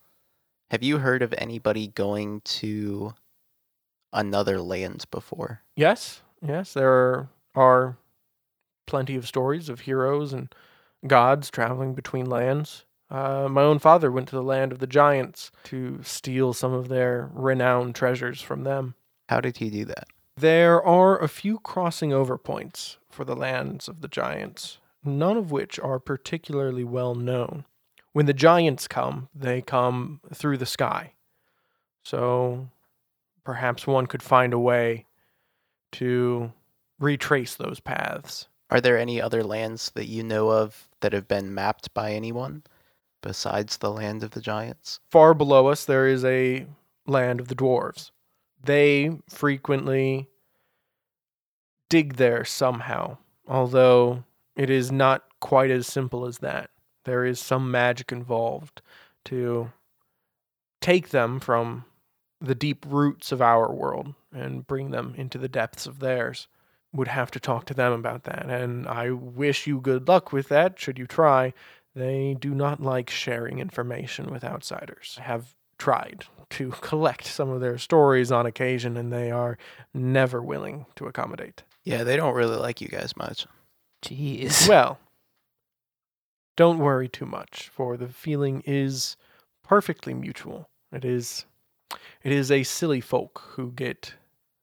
Speaker 5: have you heard of anybody going to another land before?
Speaker 1: Yes, yes, there are, are plenty of stories of heroes and gods traveling between lands. Uh, my own father went to the land of the giants to steal some of their renowned treasures from them.
Speaker 5: How did he do that?
Speaker 1: There are a few crossing over points for the lands of the giants, none of which are particularly well known. When the giants come, they come through the sky. So perhaps one could find a way to retrace those paths.
Speaker 5: Are there any other lands that you know of that have been mapped by anyone besides the land of the giants?
Speaker 1: far below us there is a land of the dwarves. They frequently dig there somehow, although it is not quite as simple as that. There is some magic involved to take them from the deep roots of our world and bring them into the depths of theirs. Would have to talk to them about that, and I wish you good luck with that should you try. They do not like sharing information with outsiders. I have tried to (laughs) collect some of their stories on occasion, and they are never willing to accommodate.
Speaker 5: Yeah, they don't really like you guys much.
Speaker 3: Jeez.
Speaker 1: Well, don't worry too much, for the feeling is perfectly mutual. It is it is a silly folk who get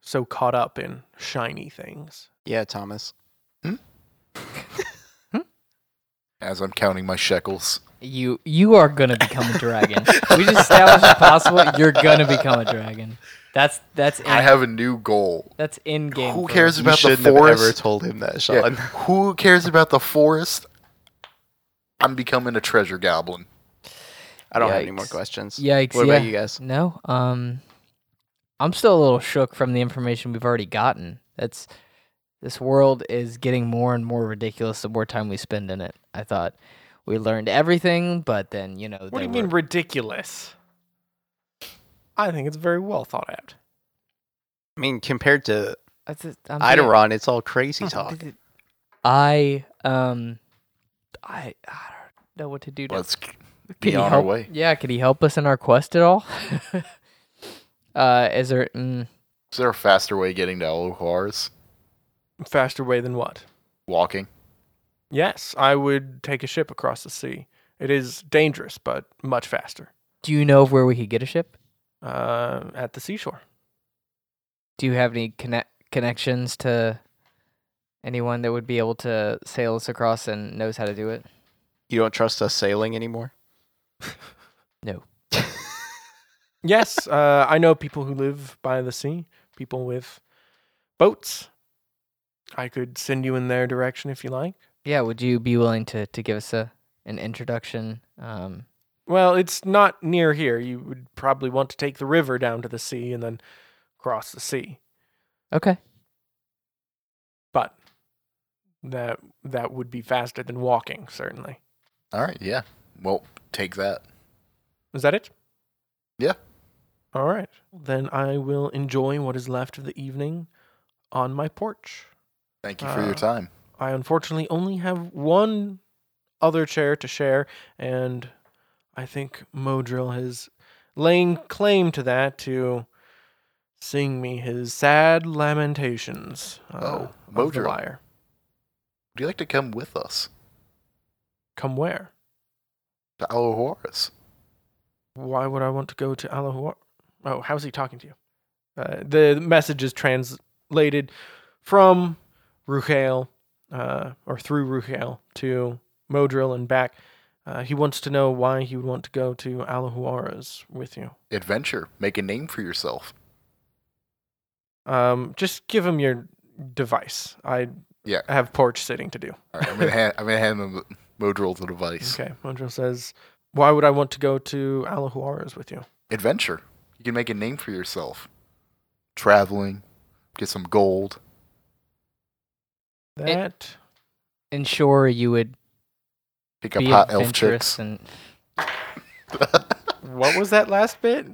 Speaker 1: so caught up in shiny things.
Speaker 5: Yeah, Thomas.
Speaker 2: As I'm counting my shekels.
Speaker 3: You you are gonna become a dragon. we just established it's possible. You're gonna become a dragon. That's that's in,
Speaker 2: I have a new goal.
Speaker 3: that's in game.
Speaker 2: Who
Speaker 3: for-
Speaker 2: cares
Speaker 5: you
Speaker 2: about the
Speaker 5: shouldn't have ever
Speaker 2: forest?
Speaker 5: told him that,
Speaker 2: Yeah,
Speaker 5: Sean.
Speaker 1: (laughs)
Speaker 2: who cares about the forest? I'm becoming a treasure goblin.
Speaker 5: I don't have any more
Speaker 3: Yikes.
Speaker 5: questions.
Speaker 3: Yikes!
Speaker 5: What
Speaker 3: yeah.
Speaker 5: about you guys?
Speaker 3: No, um, I'm still a little shook from the information we've already gotten. That's this world is getting more and more ridiculous the more time we spend in it. I thought we learned everything, but then you know
Speaker 1: What do
Speaker 3: there
Speaker 1: you
Speaker 3: were-
Speaker 1: mean ridiculous? I think it's very well thought out.
Speaker 5: I mean, compared to
Speaker 3: That's it, I'm being-
Speaker 5: Eidolon, it's all crazy talk.
Speaker 3: I um, I I don't know what to do. now.
Speaker 2: Let's
Speaker 3: Could
Speaker 2: be
Speaker 3: he
Speaker 2: on our
Speaker 3: help-
Speaker 2: way.
Speaker 3: Yeah, could he help us in our quest at all? (laughs) uh, is there? Mm,
Speaker 2: Is there a faster way getting to Elohuar's?
Speaker 1: Faster way than what?
Speaker 2: Walking.
Speaker 1: Yes, I would take a ship across the sea. It is dangerous, but much faster.
Speaker 3: do you know of where we could get a ship?
Speaker 1: Uh, at the seashore.
Speaker 3: Do you have any connect connections to anyone that would be able to sail us across and knows how to do it?
Speaker 5: You don't trust us sailing anymore?
Speaker 1: Yes, uh, I know people who live by the sea, people with boats. I could send you in their direction if you like.
Speaker 3: Yeah, would you be willing to to give us a an introduction? Um,
Speaker 1: Well, it's not near here. You would probably want to take the river down to the sea and then cross the sea.
Speaker 3: okay.
Speaker 1: But that that would be faster than walking, certainly.
Speaker 2: All right, yeah. Well, take that.
Speaker 1: Is that it?
Speaker 2: Yeah.
Speaker 1: All right. Then I will enjoy what is left of the evening on my porch.
Speaker 2: Thank you for your
Speaker 1: Uh,
Speaker 2: time.
Speaker 1: I unfortunately only have one other chair to share, and I think Modril has lain claim to that to sing me his sad lamentations. Uh,
Speaker 2: Oh,
Speaker 1: of the
Speaker 2: Modril.
Speaker 1: liar.
Speaker 2: Would you like to come with us
Speaker 1: Come where?
Speaker 2: to Elohuar's?
Speaker 1: Why would I want to go to Alahua? Oh, how's he talking to you? Uh, the message is translated from Ruhail, uh, or through Ruhail to Modril and back. Uh, he wants to know why he would want to go to Alahuara's with you.
Speaker 2: Adventure. Make a name for yourself.
Speaker 1: Um, just give him your device. I
Speaker 2: Yeah.
Speaker 1: have porch sitting to do.
Speaker 2: All right, I'm gonna hand I'm gonna hand him Modril the device.
Speaker 1: Okay. Modril says, "Why would I want to go to Alahuara's with you?"
Speaker 2: Adventure. You can make a name for yourself. Traveling, get some gold.
Speaker 1: That.
Speaker 3: And sure, you would
Speaker 2: Pick up
Speaker 3: be
Speaker 2: hot elf
Speaker 3: adventurous
Speaker 2: chicks.
Speaker 3: and
Speaker 2: (laughs)
Speaker 1: what was that last bit?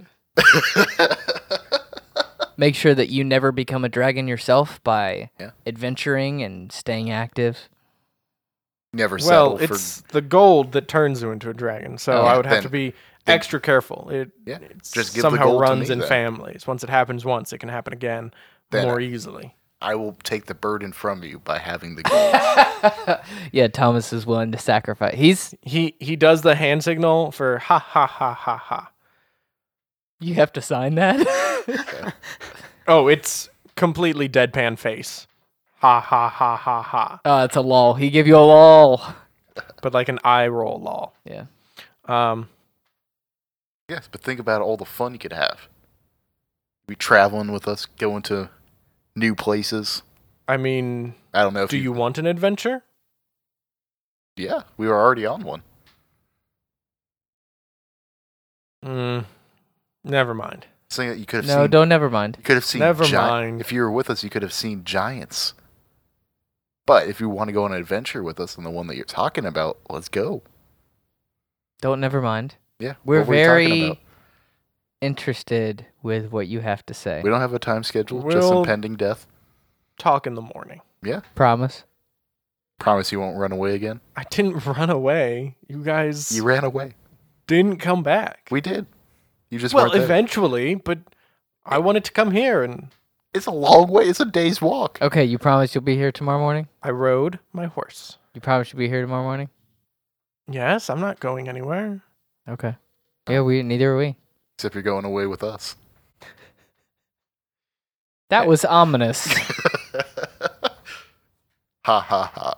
Speaker 3: make sure that you never become a dragon yourself by
Speaker 2: Yeah.
Speaker 3: adventuring and staying active. (laughs)
Speaker 2: (laughs) Never settle
Speaker 1: Well,
Speaker 2: for
Speaker 1: it's the gold that turns you into a dragon, so
Speaker 3: Oh,
Speaker 1: I would have
Speaker 2: then-
Speaker 1: to be
Speaker 2: then-
Speaker 1: extra careful. It
Speaker 2: Yeah,
Speaker 1: it
Speaker 2: just give the
Speaker 1: somehow
Speaker 2: gold to
Speaker 1: runs
Speaker 2: me
Speaker 1: in
Speaker 2: then.
Speaker 1: families. Once it happens once, it can happen again
Speaker 2: Then
Speaker 1: more
Speaker 2: I-
Speaker 1: easily.
Speaker 2: I will take the burden from you by having
Speaker 1: (laughs)
Speaker 2: the gold.
Speaker 3: yeah, Thomas is willing to sacrifice. He's
Speaker 1: He he does the hand signal for ha ha ha ha ha.
Speaker 3: you have to
Speaker 2: (laughs)
Speaker 3: sign that. (laughs)
Speaker 1: Oh, it's completely deadpan face. Ha ha ha ha ha.
Speaker 3: oh, it's a lol. He give you a lol.
Speaker 1: But like an eye roll lol.
Speaker 3: Yeah.
Speaker 1: Um
Speaker 2: yes, but think about all the fun you could have. Be traveling with us, going to new places.
Speaker 1: I mean,
Speaker 2: I don't know if
Speaker 1: do you want an adventure?
Speaker 2: Yeah, we were already on one.
Speaker 1: Mm, never mind.
Speaker 2: Saying that you could have
Speaker 3: No,
Speaker 2: seen
Speaker 3: don't. Never mind.
Speaker 2: you could have seen
Speaker 1: Never
Speaker 2: gi-
Speaker 1: mind.
Speaker 2: If you were with us, you could have seen giants. But if you want to go on an adventure with us and the one that you're talking about, let's go.
Speaker 3: Don't. Never mind.
Speaker 2: Yeah.
Speaker 3: We're
Speaker 2: what were you talking
Speaker 3: very
Speaker 2: about?
Speaker 3: interested with what you have to say.
Speaker 2: We don't have a time schedule, just
Speaker 1: We'll-
Speaker 2: impending death.
Speaker 1: Talk in the morning.
Speaker 3: Promise.
Speaker 2: Promise you won't run away again.
Speaker 1: I didn't (laughs) run away. You guys
Speaker 2: You ran away.
Speaker 1: didn't come back.
Speaker 2: We did. You just
Speaker 1: well,
Speaker 2: weren't there.
Speaker 1: eventually, but I wanted to come here and
Speaker 2: It's a long way. It's a day's walk.
Speaker 3: Okay, you promise you'll be here tomorrow morning.
Speaker 1: I rode my horse.
Speaker 3: You promise you'll be here tomorrow morning.
Speaker 1: Yes, I'm not going anywhere.
Speaker 3: Okay. Yeah, we neither are we.
Speaker 2: Except you're going away with us. (laughs)
Speaker 3: That was
Speaker 2: (laughs)
Speaker 3: ominous.
Speaker 2: Ha ha ha.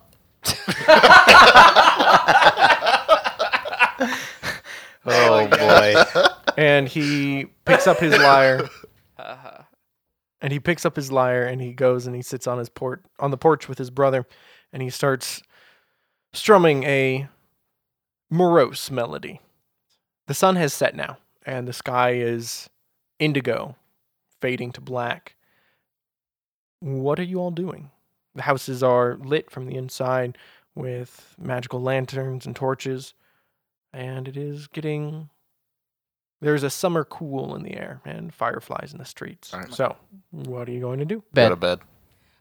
Speaker 5: (laughs) Oh
Speaker 3: (laughs)
Speaker 5: boy.
Speaker 1: And he picks up (laughs) his lyre. and he picks up his lyre and he goes and he sits on his port on the porch with his brother and he starts strumming a morose melody. The sun has set now, and the sky is indigo, fading to black. What are you all doing? The houses are lit from the inside with magical lanterns and torches, and it is getting. There's a summer cool in the air and fireflies in the streets.
Speaker 2: All right.
Speaker 1: So, what are you going to do?
Speaker 2: (laughs) Go to
Speaker 3: Bet.
Speaker 2: bed.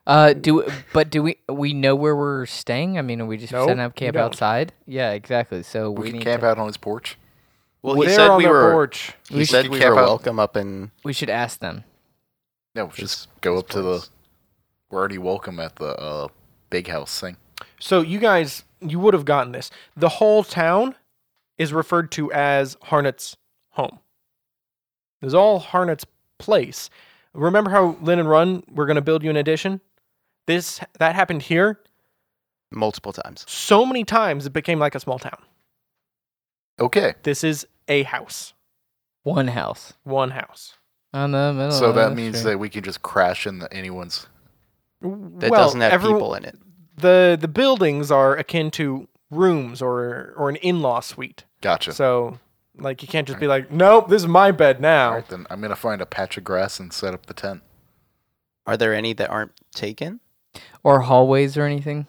Speaker 3: Uh, do but do we we know where we're staying? I mean, are we just
Speaker 1: No,
Speaker 3: setting up
Speaker 1: we
Speaker 3: camp
Speaker 1: don't.
Speaker 3: outside? Yeah, exactly. So
Speaker 2: We,
Speaker 3: we,
Speaker 2: can
Speaker 3: need
Speaker 2: camp
Speaker 3: to,
Speaker 2: out on his porch.
Speaker 5: Well, he
Speaker 1: They're
Speaker 5: said
Speaker 1: on
Speaker 5: we
Speaker 1: their
Speaker 5: were.
Speaker 1: porch.
Speaker 5: He
Speaker 2: We
Speaker 5: said
Speaker 2: should
Speaker 5: we
Speaker 2: camp
Speaker 5: were
Speaker 2: out.
Speaker 5: welcome up in.
Speaker 3: We should ask them.
Speaker 2: No, just go up to the. We're already welcome at the uh, big house thing.
Speaker 1: So you guys, you would have gotten this. The whole town is referred to as Harnet's home. This is all Harnet's place. Remember how Lynn and Run were going to build you an addition? This that happened here
Speaker 5: multiple times.
Speaker 1: so many times it became like a small town.
Speaker 2: Okay,
Speaker 1: This is a house,
Speaker 3: One house
Speaker 1: one house.
Speaker 3: on the middle.
Speaker 2: so
Speaker 3: of
Speaker 2: that
Speaker 3: the
Speaker 2: means
Speaker 3: street.
Speaker 2: that we can just crash into anyone's.
Speaker 5: That doesn't have people in it.
Speaker 1: The the buildings are akin to rooms or or an in-law suite.
Speaker 2: Gotcha.
Speaker 1: So like you can't just be like, "Nope, this is my bed
Speaker 2: All
Speaker 1: now."
Speaker 2: right, then I'm gonna find a patch of grass and set up the tent.
Speaker 5: Are there any that aren't taken?
Speaker 3: or hallways or anything.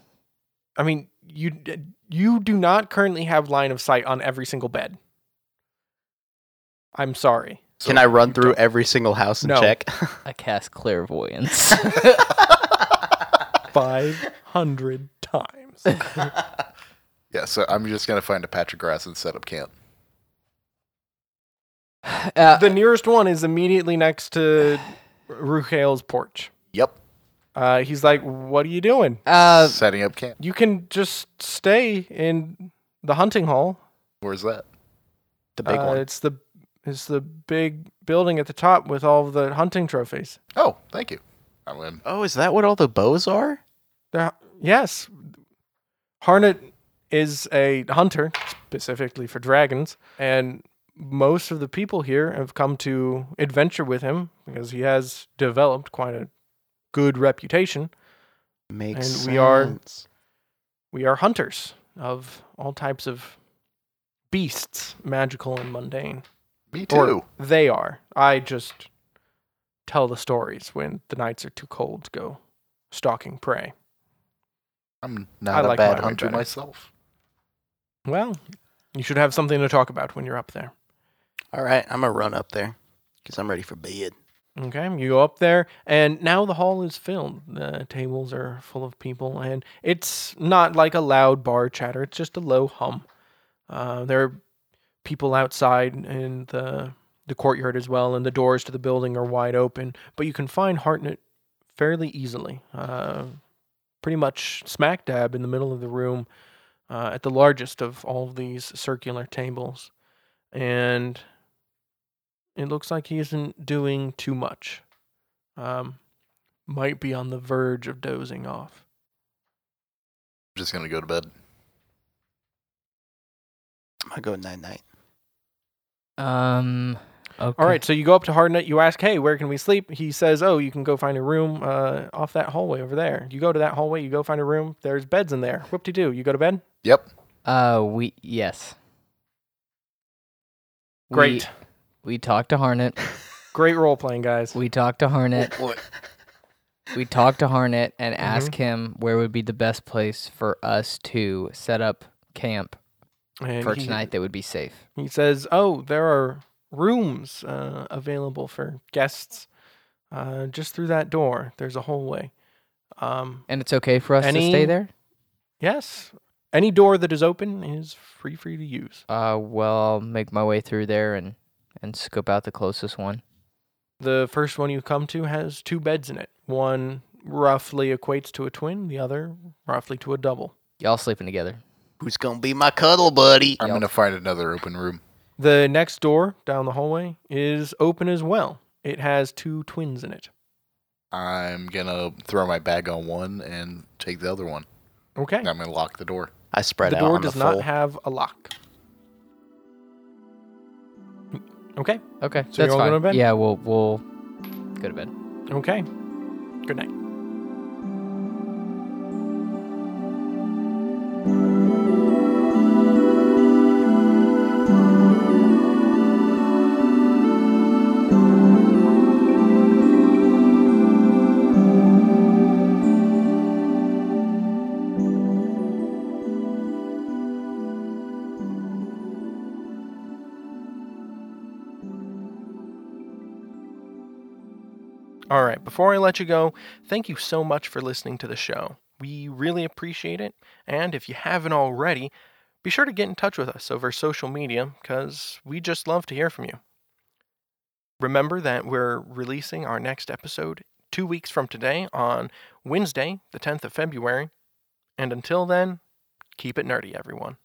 Speaker 1: I mean, you d- you do not currently have line of sight on every single bed. I'm sorry.
Speaker 2: So
Speaker 5: Can I run through every single house and
Speaker 1: No. (laughs)
Speaker 5: check? (laughs)
Speaker 3: I
Speaker 2: (laughs)
Speaker 3: cast clairvoyance.
Speaker 1: Five (laughs) hundred times.
Speaker 2: Yeah, so I'm just gonna find a patch of grass and set up camp.
Speaker 3: uh,
Speaker 1: the nearest one is immediately next to Ruhail's porch.
Speaker 2: Yep,
Speaker 1: Uh, he's like, "What are you doing?
Speaker 3: uh,
Speaker 2: setting up camp.
Speaker 1: You can just stay in the hunting hall.
Speaker 2: Where's that?
Speaker 5: the big
Speaker 1: Uh,
Speaker 5: one.
Speaker 1: It's the it's the big building at the top with all of the hunting trophies.
Speaker 2: Oh, thank you. I'm in.
Speaker 5: Oh, is that what all the bows are?
Speaker 1: They're, yes, Harnett is a hunter specifically for dragons, and most of the people here have come to adventure with him because he has developed quite a good reputation.
Speaker 5: Makes
Speaker 1: And we are-
Speaker 5: sense.
Speaker 1: We are hunters of all types of beasts, magical and mundane.
Speaker 2: Me
Speaker 1: Or
Speaker 2: too.
Speaker 1: they are. I just tell the stories when the nights are too cold to go stalking prey.
Speaker 2: I'm
Speaker 1: I
Speaker 2: not a
Speaker 1: like my
Speaker 2: bad
Speaker 1: way
Speaker 2: hunter
Speaker 1: better.
Speaker 2: myself.
Speaker 1: Well, you should have something to talk about when you're up there.
Speaker 5: All right, I'm gonna run up there because I'm ready for bed.
Speaker 1: Okay, you go up there, and now the hall is filled. The tables are full of people, and it's not like a loud bar chatter. It's just a low hum. Uh, there are people outside in the the courtyard as well, and the doors to the building are wide open. But you can find Hartnett fairly easily, uh, pretty much smack dab in the middle of the room, uh, at the largest of all these circular tables, and it looks like he isn't doing too much. Um, might be on the verge of dozing off.
Speaker 2: I'm just gonna go to bed.
Speaker 5: I'm gonna go night night.
Speaker 3: um. Okay.
Speaker 1: All right, so you go up to Hardnet, you ask, hey, where can we sleep? He says, oh, you can go find a room uh, off that hallway over there. You go to that hallway, you go find a room, there's beds in there. Whoop de doo, you go to bed?
Speaker 2: Yep.
Speaker 3: Uh, we yes. We-
Speaker 1: Great.
Speaker 3: We, talked to Harnett.
Speaker 1: Great role playing, guys.
Speaker 3: We talked to Harnett. we talked to Harnett and
Speaker 1: Mm-hmm.
Speaker 3: asked him where would be the best place for us to set up camp
Speaker 1: And
Speaker 3: for
Speaker 1: he-
Speaker 3: tonight that would be safe.
Speaker 1: He says, "Oh, there are rooms uh, available for guests uh, just through that door. There's a hallway. Um,
Speaker 3: And it's okay for us to
Speaker 1: Any-
Speaker 3: stay there?
Speaker 1: yes, any door that is open is free for you to use.
Speaker 3: Uh well, I'll make my way through there and and scope out the closest one.
Speaker 1: The first one you come to has two beds in it. One roughly equates to a twin. The other roughly to a double.
Speaker 3: Y'all sleeping together.
Speaker 5: (laughs) Who's gonna be my cuddle buddy?
Speaker 2: I'm gonna find another open room.
Speaker 1: The next door down the hallway is open as well. It has two twins in it.
Speaker 2: I'm gonna throw my bag on one and take the other one.
Speaker 1: Okay.
Speaker 2: I'm gonna lock the door.
Speaker 5: I spread
Speaker 1: the
Speaker 5: out
Speaker 1: door
Speaker 5: on
Speaker 1: does
Speaker 5: the
Speaker 1: not
Speaker 5: full.
Speaker 1: have a lock. Okay.
Speaker 3: Okay.
Speaker 1: So you're
Speaker 3: that's
Speaker 1: all
Speaker 3: fine.
Speaker 1: going to bed?
Speaker 3: Yeah, we'll we'll go to bed.
Speaker 1: Okay. Good night. All right, before I let you go, thank you so much for listening to the show. We really appreciate it, and if you haven't already, be sure to get in touch with us over social media because we just love to hear from you. Remember that we're releasing our next episode two weeks from today on Wednesday, the 10th of February. And until then, keep it nerdy, everyone.